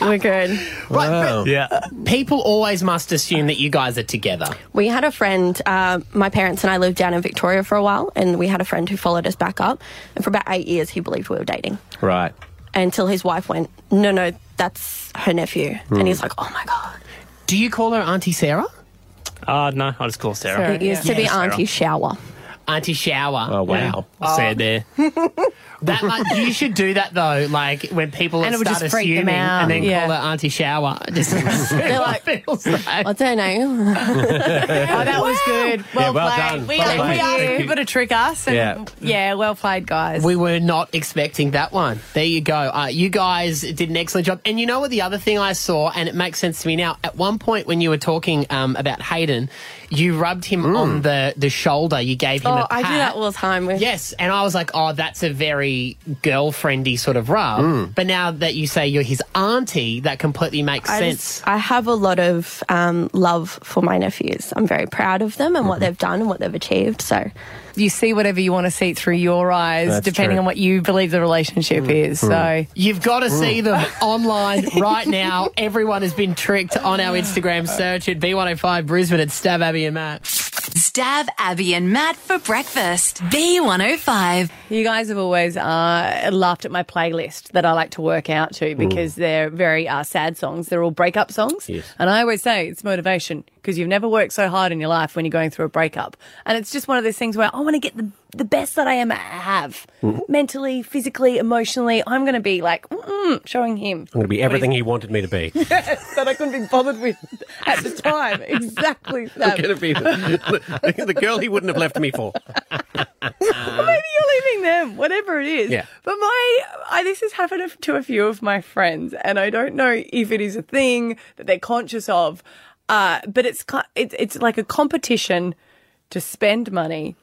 We're good.
Yeah.
People always must assume that you guys are together.
We had a friend, uh, my parents and I lived down in Victoria for a while, and we had a friend who followed us back up. And for about eight years, he believed we were dating
Right.
until his wife went, No, no, that's her nephew.
Hmm.
And he's like, Oh my God.
Do you call her Auntie Sarah?
Uh, no, I just call Sarah.
it used to be Auntie Shower.
Auntie Shower.
Oh, wow. I said there.
That like, you should do that though. Like when people
And it would
start
just freak them
assuming
out.
and then
Yeah.
call her Auntie Shower. Just
They're like, I don't know.
Oh, that was good.
Yeah,
Well,
well
played.
done.
We,
Well
we
played.
asked
Thank you.
people to trick us. And
Yeah.
yeah. well played, guys.
we were not expecting that one. There you go. Uh, you guys did an excellent job. And you know what? The other thing I saw, and it makes sense to me now. At one point when you were talking um, about Hayden, you rubbed him on the the shoulder. You gave him
oh,
a
I
pat.
do that all the time. With
Yes, and I was like, oh, that's a very girlfriendy sort of rub. But now that you say you're his auntie, that completely makes
I,
sense.
just- I have a lot of um, love for my nephews. I'm very proud of them and what they've done and what they've achieved. So
Mm-hmm. you see whatever you want to see through your eyes,
That's
depending
true.
on what you believe the relationship is. So
Mm, You've got to
Mm.
Mm.
see them online right now. Everyone has been tricked on our Instagram
Uh.
search at B105 Brisbane at Stab Abby and Matt.
Stab Abby and Matt for breakfast. B105.
You guys have always uh, laughed at my playlist that I like to work
Mm.
out to because they're very uh, sad songs. They're all breakup songs.
Yes.
And I always say it's motivation. because you've never worked so hard in your life when you're going through a breakup. And it's just one of those things where I want to get the, the best that I am I have
Mhm.
mentally, physically, emotionally. I'm going to be like, mm showing him.
I'm going to be everything he wanted me to be.
yes, that I couldn't be bothered with at the time. Exactly
Um,
that.
I'm going to be the, the girl he wouldn't have left me for.
Well, maybe you're leaving them, whatever it is.
Yeah.
But my, I, this has happened to a few of my friends, and I don't know if it is a thing that they're conscious of, uh, but it's, ki- it's it's like a competition to spend money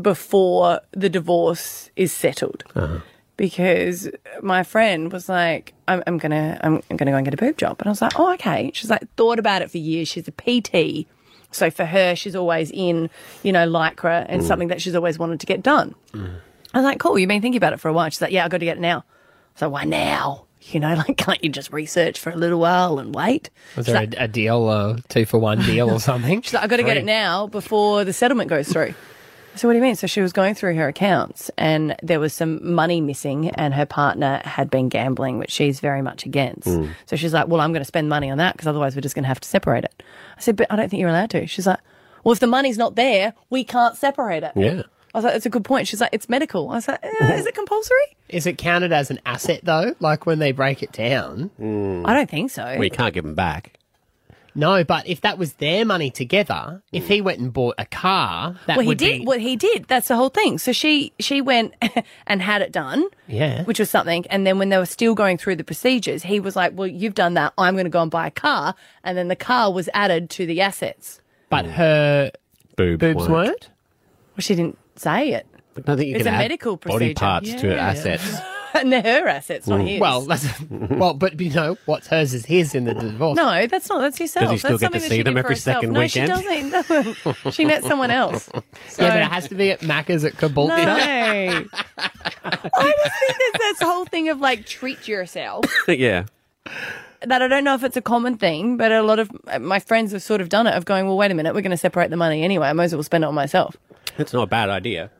before the divorce is settled. Because my friend was like, I'm, I'm gonna, I'm, I'm gonna go and get a boob job, and I was like, oh, okay. She's like, thought about it for years. She's a PT, so for her, she's always in, you know, lycra and
Mm.
something that she's always wanted to get done. I was like, cool, you've been thinking about it for a while. She's like, yeah, I've got to get it now. So why now? You know, like, can't you just research for a little while and wait?
Was
She's
there
like,
a, a deal, a two for one deal or something?
she's like, I've got to get it now before the settlement goes through. So what do you mean? So she was going through her accounts and there was some money missing and her partner had been gambling, which she's very much against.
Mm.
So she's like, well, I'm going to spend money on that because otherwise we're just going to have to separate it. I said, but I don't think you're allowed to. She's like, well, if the money's not there, we can't separate it.
Yeah.
I was like, that's a good point. She's like, it's medical. I was like, eh, is it compulsory?
Is it counted as an asset though? Like when they break it down?
I don't think so.
Hmm. Well, you can't give him back.
No, but if that was their money together, if he went and bought a car, that
well, he
would
did.
be
Well, he did. That's the whole thing. So she she went and had it done,
yeah.
which was something. And then when they were still going through the procedures, he was like, "Well, you've done that. I'm going to go and buy a car." And then the car was added to the assets.
Mm.
But her
Boob
boobs
weren't.
weren't.
Well, she didn't say it.
But I think you
it's
can
a
add
medical
body
procedure.
parts to
Yeah.
assets.
and they're her assets, not his.
Well, that's, well, but you know what's hers is his in the divorce.
no, that's not. That's yourself.
still
that's something
get to
that
see
she
them
did for
every
herself.
second
no,
weekend?
she doesn't. she met someone else.
Yeah, but it has to be at Macca's at Caboolture.
No. I just think there's this whole thing of like treat yourself.
yeah.
That I don't know if it's a common thing, but a lot of my friends have sort of done it of going, well, wait a minute, we're going to separate the money anyway. I might as well spend it on myself.
That's not a bad idea.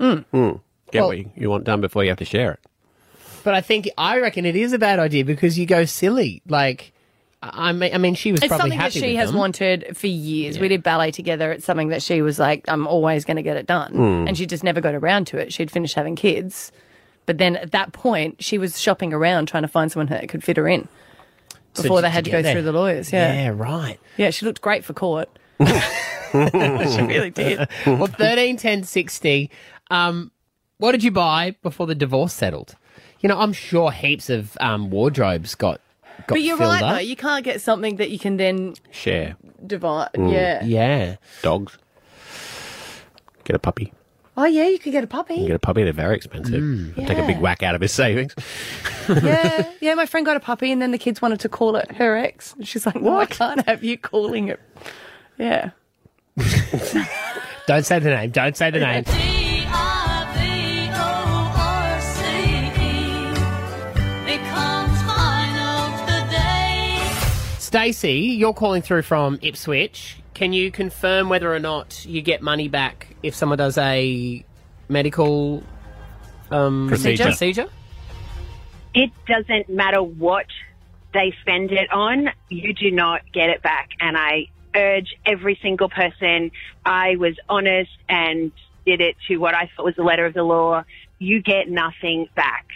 Mm.
Mm. Get
Well-
what you, you want done before you have to share it.
But I think I reckon it is a bad idea because you go silly. Like, I I mean, I mean, she was
It's
probably
something that
happy
she
with
has
them.
wanted for years. We did ballet together. It's something that she was like, I'm always going to get it done.
Mm.
And she just never got around to it. She'd finished having kids. But then at that point, she was shopping around trying to find someone that could fit her in
So
before
to-
they
to
had to
get
go
there.
through the lawyers. Yeah.
Yeah, right.
Yeah, she looked great for court. she really did.
well, thirteen, ten, sixty. Um, what did you buy before the divorce settled? You know, I'm sure heaps of um, wardrobes got got
but you're
filled
right,
up.
though. You can't get something that you can then
Share.
divide.
Hmm.
Mm.
Yeah.
Yeah.
Dogs. Get a puppy.
Oh, yeah, you could get a puppy.
You can get a puppy. They're very expensive. Take a
Yeah.
big whack out of his savings.
yeah, yeah. My friend got a puppy, and then the kids wanted to call it her ex. And she's like, "Well, I can't have you calling it." Yeah.
Don't say the name. Don't say the name. Stacey, you're calling through from Ipswich. Can you confirm whether or not you get money back if someone does a medical um,
Procedure.
procedure?
It doesn't matter what they spend it on, you do not get it back. And I urge every single person, I was honest and did it to what I thought was the letter of the law. You get nothing back.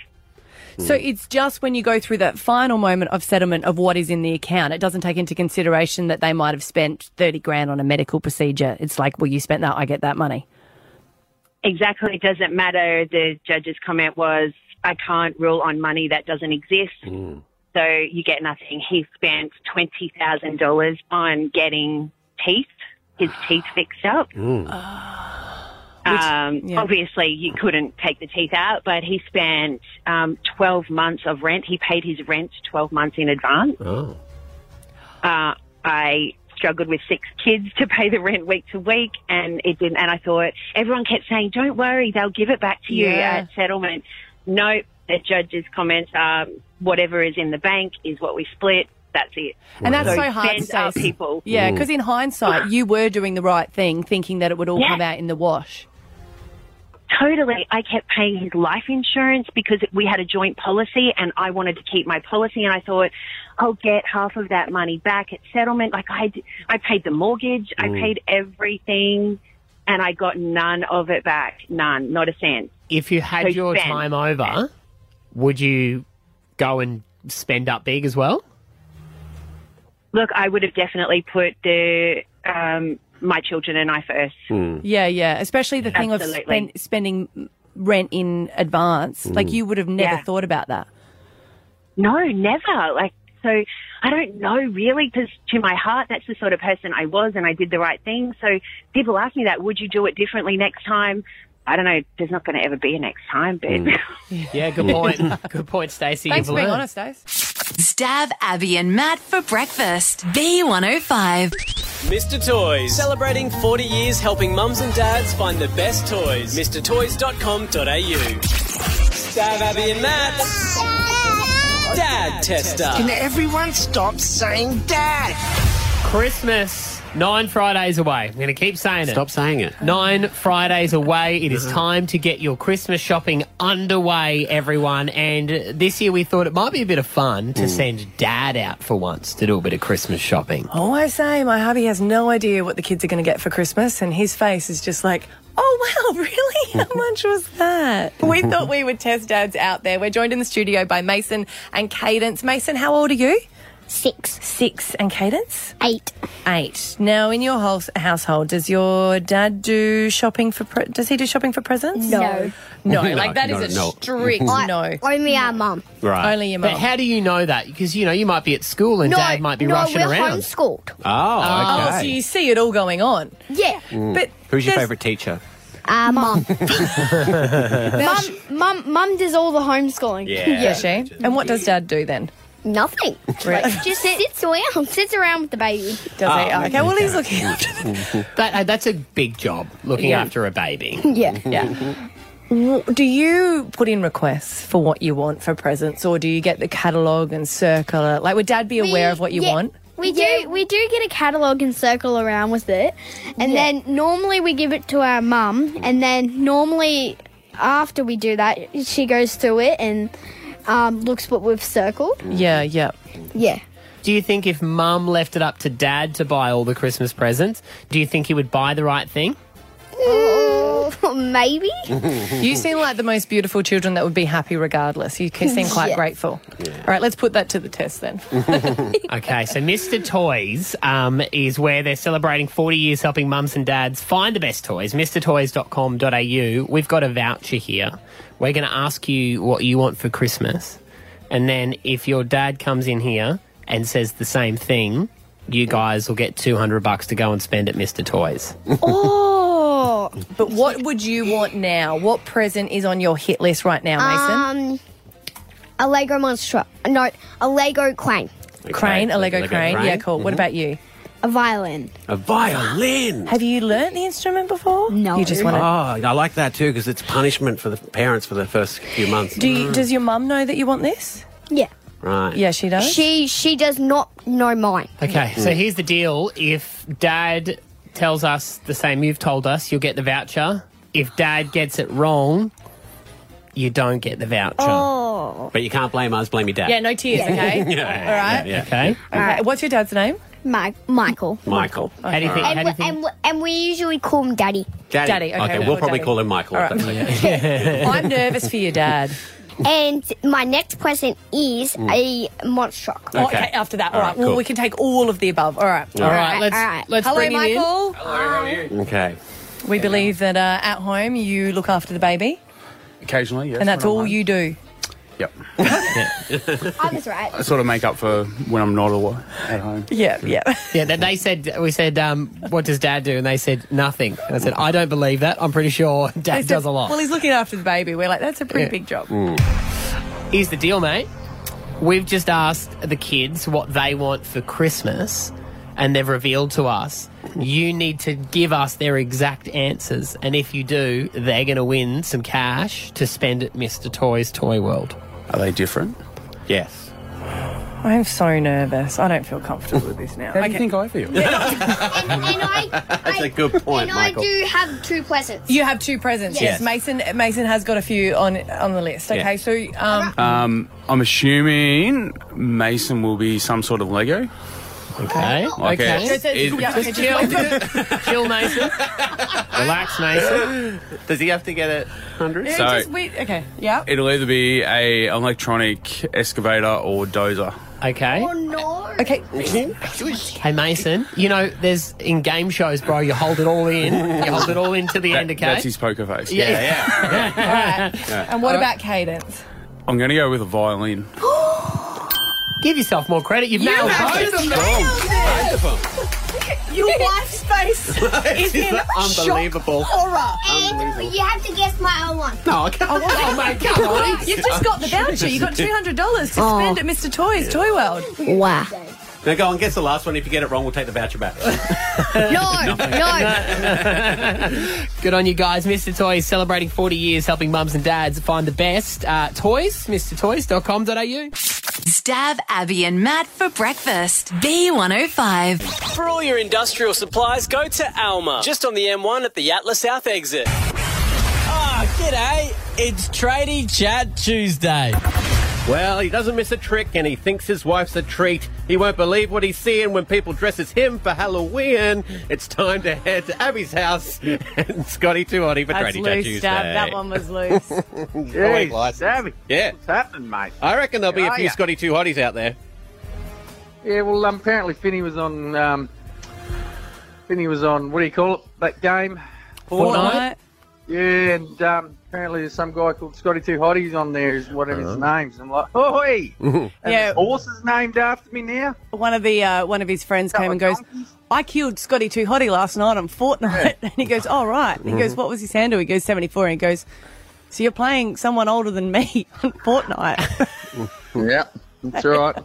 So it's just when you go through that final moment of settlement of what is in the account, it doesn't take into consideration that they might have spent thirty grand on a medical procedure. It's like, well, you spent that, I get that money.
Exactly. It doesn't matter. The judge's comment was, I can't rule on money that doesn't exist. So you get nothing. He spent $20,000 on getting teeth, his teeth fixed up.
Ah.
Um, Obviously, you couldn't take the teeth out, but he spent um, 12 months of rent. He paid his rent 12 months in advance.
Oh.
Uh, I struggled with six kids to pay the rent week to week, and it didn't. And I thought everyone kept saying, "Don't worry, they'll give it back to you
Yeah.
at settlement." No, the judge's comments are whatever is in the bank is what we split. That's it.
And that's so hard to
send
say.
Our people,
Yeah, because in hindsight, you were doing the right thing, thinking that it would all
Yeah.
come out in the wash.
Totally. I kept paying his life insurance because we had a joint policy and I wanted to keep my policy and I thought I'll get half of that money back at settlement. Like I, d- I paid the mortgage, I
Mm.
paid everything and I got none of it back. None, not a cent.
If you had
So
your
spend.
time over, would you go and spend up big as well?
Look, I would have definitely put the, um, my children and I first.
Mm.
Yeah, yeah. Especially the thing of
Absolutely.
spend, spending rent in advance. Like
Mm.
you would have never
Yeah.
thought about that.
No, never. Like, so I don't know really because to my heart, that's the sort of person I was and I did the right thing. So people ask me that, would you do it differently next time? I don't know. There's not going to ever be a next time, but
Yeah, good point. good point, Stacey. You've learned.
Ace.
Stab Abby and Matt for breakfast. B105.
Mr. Toys, celebrating 40 years helping mums and dads find the best toys. MrToys.com.au. Stab Abby and Matt. Dad Tester.
Can everyone stop saying dad?
Christmas, nine Fridays away. I'm going to keep saying it. Stop saying it. Nine Fridays away. It is time to get your Christmas shopping underway, everyone. And uh, this year we thought it might be a bit of fun to send dad out for once to do a bit of Christmas shopping.
Oh, I say, my hubby has no idea what the kids are going to get for Christmas, and his face is just like, oh, wow, really? How much was that? we thought we would test dads out there. We're joined in the studio by Mason and Cadence. Mason, how old are you? Six. Six. And Cadence? Eight. Eight. Now, in your house- household, does your dad do shopping for, pre- does he do shopping for presents?
No.
No,
No,
like that
no,
is a
no.
strict
I-
no.
Only our mum.
Right.
Only your
But
mum.
how do you know that? Because, you know, you might be at school and
No,
dad might be
no,
rushing
we're
around.
homeschooled.
Oh, so you see it all going on.
Yeah.
Hmm.
But
Mm. Who's your
there's-
favourite teacher?
Our mum.
Mum.
mum, mum, mum does all the homeschooling.
Does she? And what does dad do then?
Nothing.
Really?
Like, just sits around, sits around with the baby.
Does
Ah,
he? Oh, okay, well, he's looking after
That, uh, that's a big job, looking
Yeah.
after a baby.
Yeah.
Yeah. W- Do you put in requests for what you want for presents, or do you get the catalogue and circle it? Like, would Dad be aware of what you
yeah,
want?
We do we do get a catalogue and circle around with it. And then normally we give it to our mum and then normally after we do that she goes through it and um, looks what we've circled.
Yeah, yeah.
Yeah.
Do you think if mum left it up to dad to buy all the Christmas presents, do you think he would buy the right thing?
Maybe.
you seem like the most beautiful children that would be happy regardless. You seem quite
Yeah.
grateful. All right, let's put that to the test then.
okay, so Mr. Toys um, is where they're celebrating 40 years helping mums and dads find the best toys. MrToys.com.au. We've got a voucher here. We're going to ask you what you want for Christmas. And then if your dad comes in here and says the same thing, you guys will get 200 bucks to go and spend at Mr. Toys.
Oh, but what would you want now? What present is on your hit list right now, Mason?
Um a Lego monster. No, a Lego crane.
crane, a Lego, crane. Yeah, cool. What
Mhm.
about you?
A violin.
A violin.
Have you learnt the instrument before? No. You just want to.
Oh, I like that too because it's punishment for the parents for the first few months. Mm.
Do you, does your mum know that you want this?
Yeah.
right.
she
She she does not know mine.
Okay, so
Mm.
here's the deal. If dad tells us the same you've told us, you'll get the voucher. If dad gets it wrong, you don't get the voucher.
Oh.
But you can't blame us, blame your dad.
Yeah, no tears,
Yeah.
okay?
Yeah, yeah,
All right.
yeah, yeah.
Okay.
Okay, What's your dad's name?
Mike, Michael.
Michael. All right.
And, we, and, we, and we usually call him Daddy.
Daddy. okay, we'll probably
Daddy.
call him Michael.
All
if
right.
that's okay.
I'm nervous for your dad.
And my next present is
Mm.
a monster.
Oh, Okay. after that. All right. Well, we can take all of the above. All right.
All right,
let's-
let's
Hello,
bring him in.
Michael.
Okay.
We believe that uh, at home you look after the baby,
Occasionally, yes.
and that's
when I'm
all
home.
you do.
Yep.
I was right.
I sort of make up for when I'm not awa- at home.
Yeah, yeah.
Yeah, that they said, we said, um, what does dad do? And they said, nothing. And I said, I don't believe that. I'm pretty sure
They
dad
said,
does a lot.
Well, he's looking after the baby. We're like, that's a pretty
Oh. Yeah.
big job.
Mm.
Here's the deal, mate. We've just asked the kids what they want for Christmas, and they've revealed to us. You need to give us their exact answers, and if you do, they're going to win some cash to spend at Mr. Toy's Toy World.
Are they different?
Yes.
I'm so nervous. I don't feel comfortable with this now.
How do you think I feel?
That's a good point, Michael.
have two presents.
You have two presents.
Yes.
Yes. Mason Mason has got a few on on the list. Okay,
Yeah.
so um,
Um, I'm assuming Mason will be some sort of Lego. Okay. Like a-
Okay.
it-
Yeah, okay,
Just
just-
chill. chill, Mason.
Relax, Mason. Does he have to get a hundred?
yeah,
So-
just wait. Okay, yeah.
It'll either be a electronic excavator or dozer.
Okay.
Oh,
no.
Okay.
Hey Mason, you know there's in game shows, bro. You hold it all in. You hold it all in to the end. Okay.
That's his poker face.
Yeah.
Yeah.
And what about cadence?
I'm going to go with a violin.
Give yourself more credit. You've
You
nailed
have
both
just
of them.
nailed
Your wife's face
is in shock Unbelievable.
horror. And you have to guess my own one.
No, I can't.
Oh, my God.
You've just got the voucher. You got two hundred dollars to spend at Mr. Toys Toy World.
Oh. Wow.
Now go on, guess the last one. If you get it wrong, we'll take the voucher back.
No, no.
Good on you guys. Mr. Toys celebrating 40 years helping mums and dads find the best uh, toys. MrToys.com.au.
Stab Abby and Matt for breakfast. B105.
For all your industrial supplies, go to Alma, just on the M1 at the Atlas South exit.
Ah, g'day. It's Tradie Chat Tuesday.
Well, he doesn't miss a trick and he thinks his wife's a treat. He won't believe what he's seeing when people dress as him for Halloween. It's time to head to Abby's house and Scotty too hotty for
That's
Trading Chat
loose,
Tuesday.
Dab. That one was loose.
Great license. Yeah.
What's happening, mate?
I reckon there'll be a
How
few
ya?
Scotty Two Hotties out there.
Yeah, well, um, apparently Finney was on. Um, Finney was on. What do you call it? That game.
Fortnite?
Yeah, and um, apparently there's some guy called Scotty Two Hotties on there, is whatever his name's. I'm like, oi! And
Yeah.
his horse is named after me now.
One of the uh, one of his friends came and goes, "I killed Scotty Too Hottie last night on Fortnite," and he goes, "All right." And he goes,
Mm-hmm.
"What was his handle?" He goes, "74." And he goes, "So you're playing someone older than me on Fortnite?"
Yeah, that's right.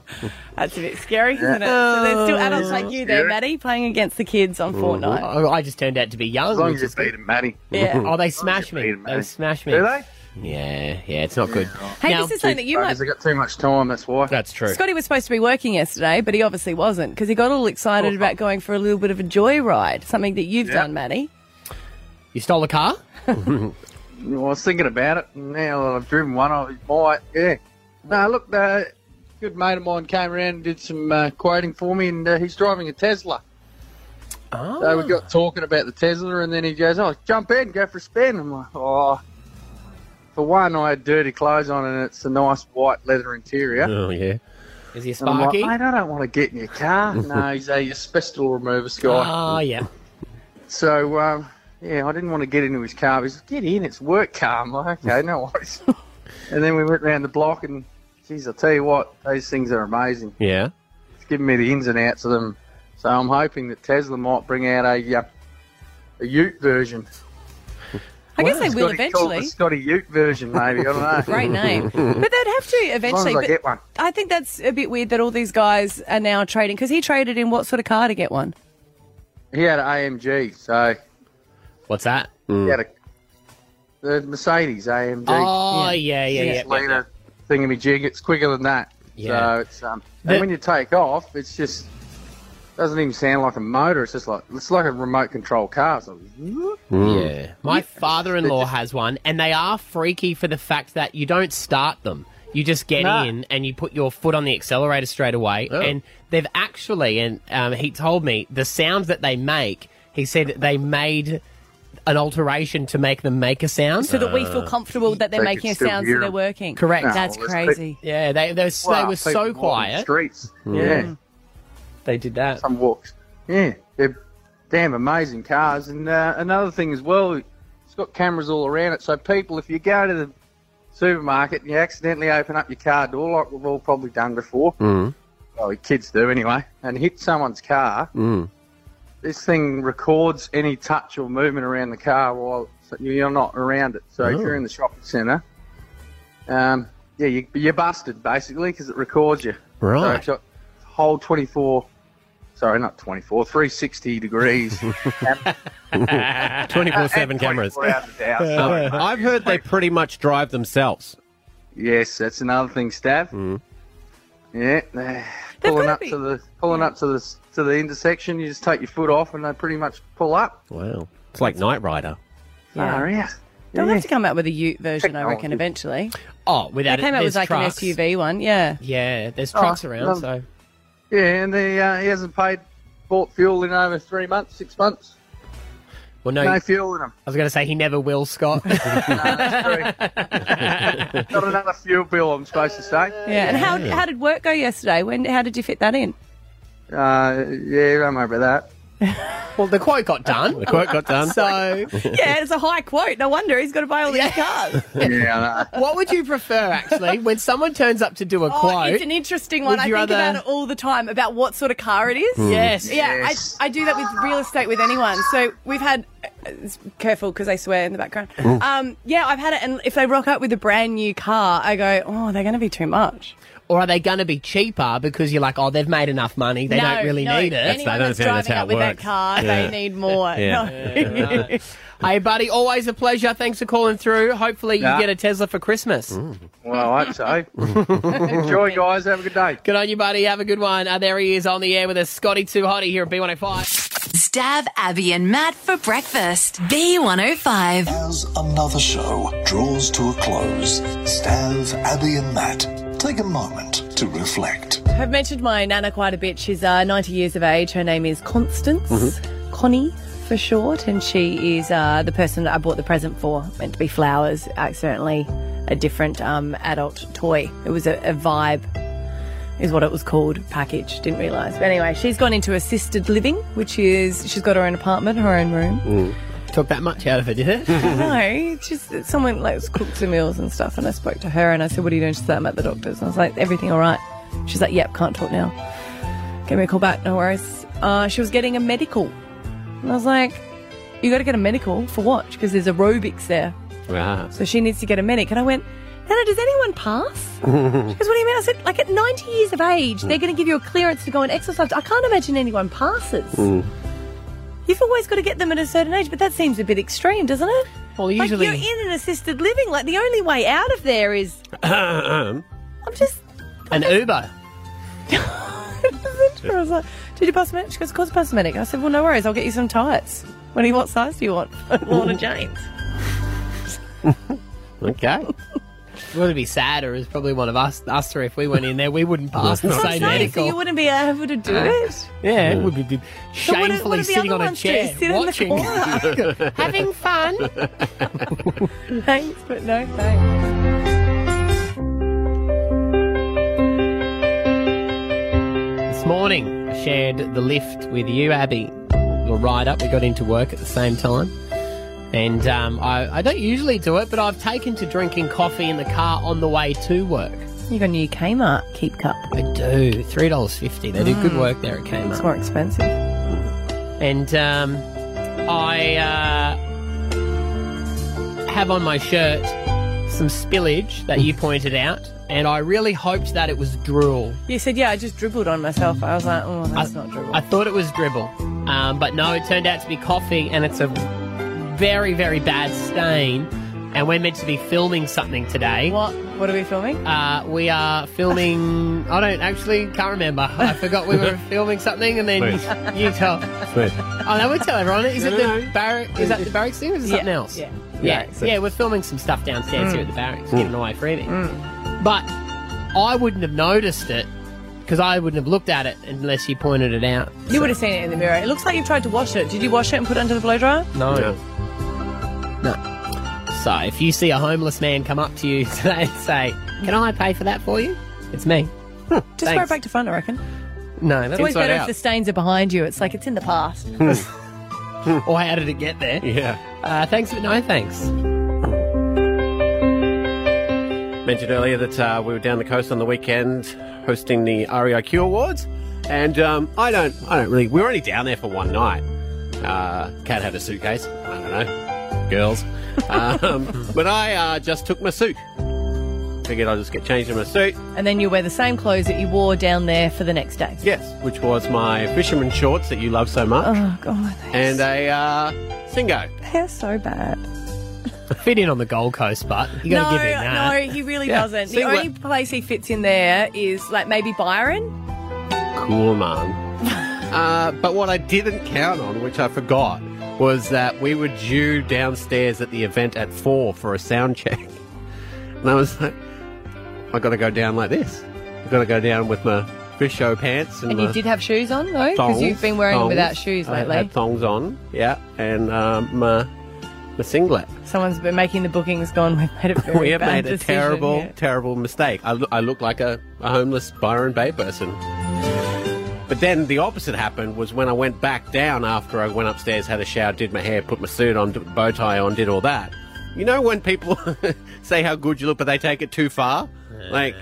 That's a bit scary, isn't it? So there's
Oh.
still adults like you there,
Scary.
Maddie, playing against the kids on Fortnite.
Oh, Uh, I just turned out to be young.
As long
which
as you
is good.
beat him, Matty.
Yeah.
Oh, they smash me. They smash me.
Do they?
Yeah, yeah, it's not good.
Hey, this is something that you might.
Because I got too much time. That's why.
That's true.
Scotty was supposed to be working yesterday, but he obviously wasn't because he got all excited about going for a little bit of a joyride, something that you've done, Maddie.
You stole a car?
Well, I was thinking about it, and now that I've driven one, I might, yeah. No, look, uh, a good mate of mine came around and did some uh, quoting for me, and uh, he's driving a Tesla.
Oh.
So we got talking about the Tesla, and then he goes, "Oh, jump in, go for a spin." I'm like, "Oh." For one, I had dirty clothes on, and it's a nice white leather interior.
Oh yeah.
Is he a
And I'm like,
Sparky?
"Mate, I don't want to get in your car. no, he's a asbestos removers guy.
Oh, yeah.
So, um, yeah, I didn't want to get into his car. He's like, get in, it's work car. I'm like, okay, no worries. and then we went round the block, and geez, I'll tell you what, those things are amazing.
Yeah.
It's giving me the ins and outs of them. So I'm hoping that Tesla might bring out a uh, a Ute version.
I guess they will
Scotty called the
eventually.
Scotty Ute version, maybe. I don't know.
Great name. But they'd have to eventually.
I
but
get one.
I think that's a bit weird that all these guys are now trading because he traded in what sort of car to get one?
He had an AMG, so
What's that?
he had a the Mercedes AMG.
Oh, yeah, yeah, yeah.
Six Liter thingy jig. It's quicker than that.
Yeah.
So it's um.
The-
and when you take off, it's just doesn't even sound like a motor. It's just like it's like a remote control car. It's like,
Hmm.
Yeah. My father in law has one, and they are freaky for the fact that you don't start them. You just get
No.
in and you put your foot on the accelerator straight away.
Oh.
And they've actually, and um, he told me the sounds that they make, he said that they made an alteration to make them make a sound.
So that we feel comfortable that they're
Uh, They
making
can
a
still
sound,
hear
so they're
them.
working.
Correct.
That's crazy.
Yeah, they, they, were, s- they
Wow, people
were so
walking the
quiet.
streets. Yeah.
Mm. They did that.
Hmm. Some walks. Yeah. They're damn amazing cars. And uh, another thing as well, it's got cameras all around it. So people, if you go to the supermarket and you accidentally open up your car door, like we've all probably done before,
Mm.
well, your kids do anyway, and hit someone's car,
Mm.
this thing records any touch or movement around the car while you're not around it. So if
Oh.
you're in the shopping centre, um, yeah, you, you're busted basically because it records you.
Right.
So it's a whole 24, sorry, not 24, 360 degrees.
Twenty-four seven cameras.
24 hours a day. Sorry,
Um,
mate.
I've heard they pretty much drive themselves. Hmm.
Yes, that's another thing, Stav. Yeah, they're pulling up to the pulling up to the s- to the intersection. You just take your foot off, and they pretty much pull up.
Wow. It's like Knight Rider.
Far out.
They'll
Yeah.
have to come out with a ute version, I reckon, eventually.
Oh, without
they came
it,
out with
there's
like
trucks.
an SUV one, yeah.
Yeah, there's
Oh,
trucks around,
love-
so
Yeah, and he, uh, he hasn't paid bought fuel in over three months, six months.
well, no,
No fuel in them.
I was going to say he never will, Scott.
Not another fuel bill. I'm supposed to say.
Yeah. And how, how did work go yesterday? When how did you fit that in?
Uh, yeah, don't worry about
that. well, the quote got done.
The quote got done.
So
yeah, it's a high quote. No wonder he's got to buy all these cars.
yeah,
what would you prefer, actually, when someone turns up to do a
Oh,
quote?
it's an interesting one.
would
I
you
think about
rather-
it all the time about what sort of car it is.
Mm. Yes.
Yeah,
Yes.
I, I do that with real estate with anyone. So we've had, it's careful because they swear in the background.
Mm.
Um, yeah, I've had it. And if they rock up with a brand new car, I go, oh, they're going to be too much.
Or are they going to be cheaper because you're like, oh, they've made enough money, they
No,
don't really
no,
need it?
anyone That's- I don't that's think that's driving how up it with that works. car, they Yeah. need more. Yeah. No. Yeah.
hey, buddy, always a pleasure. Thanks for calling through. Hopefully, you
Yeah.
get a Tesla for Christmas.
Mm. Well, I hope so.
Mm.
Enjoy, guys. Have a good day.
Good on you, buddy. Have a good one. Uh, there he is on the air with us, Scotty Too Hottie here at B105.
Stab Abby and Matt for breakfast. B105.
As another show draws to a close, Stav, Abby, and Matt take a moment to reflect.
I've mentioned my nana quite a bit. She's uh, 90 years of age. Her name is Constance, Connie for short, and she is uh, the person that I bought the present for. Meant to be flowers, accidentally a different um, adult toy. It was a, a vibe, is what it was called. Package. Didn't realise. But anyway, she's gone into assisted living, which is she's got her own apartment, her own room.
Took that much out of it, did it?
No, it's just that someone like cooks her meals and stuff. And I spoke to her and I said, "What are you doing?" She said, "I'm at the doctor's." And I was like, "Everything all right?" She's like, "Yep, can't talk now." Give me a call back. No worries. Uh, she was getting a medical, and I was like, "You got to get a medical for what? Because there's aerobics there, so she needs to get a medic." And I went, "Nana, does anyone pass?" She goes, "What do you mean?" I said, "Like at 90 years of age, they're going to give you a clearance to go and exercise. I can't imagine anyone passes."
Hmm.
You've always got to get them at a certain age, but that seems a bit extreme, doesn't it?
Well,
usually-
like you're in an assisted living. Like the only way out of there is
I'm
just
an Uber.
I was like, "Did you pass the medic?" She goes, "Of course, I passed the medic." I said, "Well, no worries. I'll get you some tights. What do you? What size do you want?" Lorna James.
Okay. Would it be sadder as probably one of us, us three, if we went in there, we wouldn't pass the
That's what I'm
same
saying,
medical.
So you wouldn't be able to do it.
Yeah, it would be be
So what do-
shamefully
what do the
sitting
other
on a
ones do?
chair
Sit in the corner?
watching, having fun.
thanks, but no thanks.
This morning, I shared the lift with you, Abby. The ride up, we got into work at the same time. And um, I, I don't usually do it, but I've taken to drinking coffee in the car on the way to work.
You got a new Kmart keep cup.
I do. $3.50. They do good
Mm.
work there at Kmart.
It's more expensive.
And um, I uh, have on my shirt some spillage that you
Mm.
pointed out, and I really hoped that it was drool.
You said, "Yeah, I just dribbled on myself." I was like, "Oh, that's
I,
not dribble."
I thought it was dribble, um, but no, it turned out to be coffee, and it's a very, very bad stain. And we're meant to be filming something today.
What? What are we filming?
Uh, we are filming. I don't actually can't remember. I forgot we were filming something, and then
Smooth.
you tell. Oh, no, we tell everyone. Is
No,
it
no,
the barrack? Is that the barracks thing, or is it
Yeah,
something else?
yeah.
yeah,
Barracks,
yeah. We're filming some stuff downstairs
Mm.
here at the barracks,
Mm.
giving away freebie. But I wouldn't have noticed it because I wouldn't have looked at it unless you pointed it out.
You would have seen it in the mirror. It looks like you've tried to wash it. Did you wash it and put it under the blow dryer?
No. no. So if you see a homeless man come up to you today and say, "Can I pay for that for you?" It's me.
Hmm.
Just wear it
Thanks.
back to front, I reckon.
No, that's
It's always
inside
better
out.
if the stains are behind you. It's like it's in the past.
or how did it get there?
Yeah.
Uh, thanks, but no thanks.
Mentioned earlier that uh, we were down the coast on the weekend hosting the REIQ Awards, and um, I don't, I don't really. We were only down there for one night. Uh, cat had a suitcase. I don't know, girls. um, but I uh, just took my suit. Figured I'd just get changed in my suit,
And then you wear the same clothes that you wore down there for the next day.
Yes. which was my fisherman shorts that you love so much,
Oh, God.
and a uh, singo.
They're so bad.
Fit in on the Gold Coast, but you got
no,
to give him that.
no, he really
Yeah.
doesn't.
See
the
what-
only place he fits in there is like maybe Byron.
Cool, man. uh, but what I didn't count on, which I forgot, was that we were due downstairs at the event at four for a sound check. And I was like, I got to go down like this. I've got to go down with my fish show pants. And,
And you
my-
did have shoes on though, because
thongs,
you've been wearing
thongs.
without shoes
I
lately.
had thongs on, yeah, and um, my, my singlet.
Someone's been making the bookings gone. We've made a very
we have
bad
made a
decision
terrible,
here.
terrible mistake. I, loo- I look like a, a homeless Byron Bay person. But then the opposite happened was when I went back down after I went upstairs, had a shower, did my hair, put my suit on, d- bow tie on, did all that. You know when people say how good you look, but they take it too far? Like,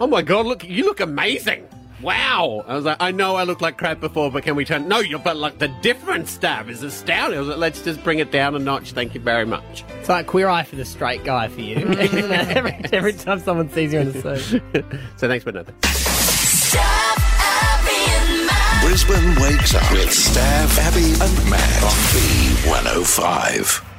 oh my god, look, you look amazing! Wow! I was like, I know I looked like crap before, but can we turn? No, you're but like the different stuff is astounding. I was like, let's just bring it down a notch. Thank you very much.
It's like queer eye for the straight guy for you. isn't it? every, every time someone sees you on the stage.
So thanks, but no thanks.
oh Brisbane wakes up with Stav, Abby, and Matt on B105.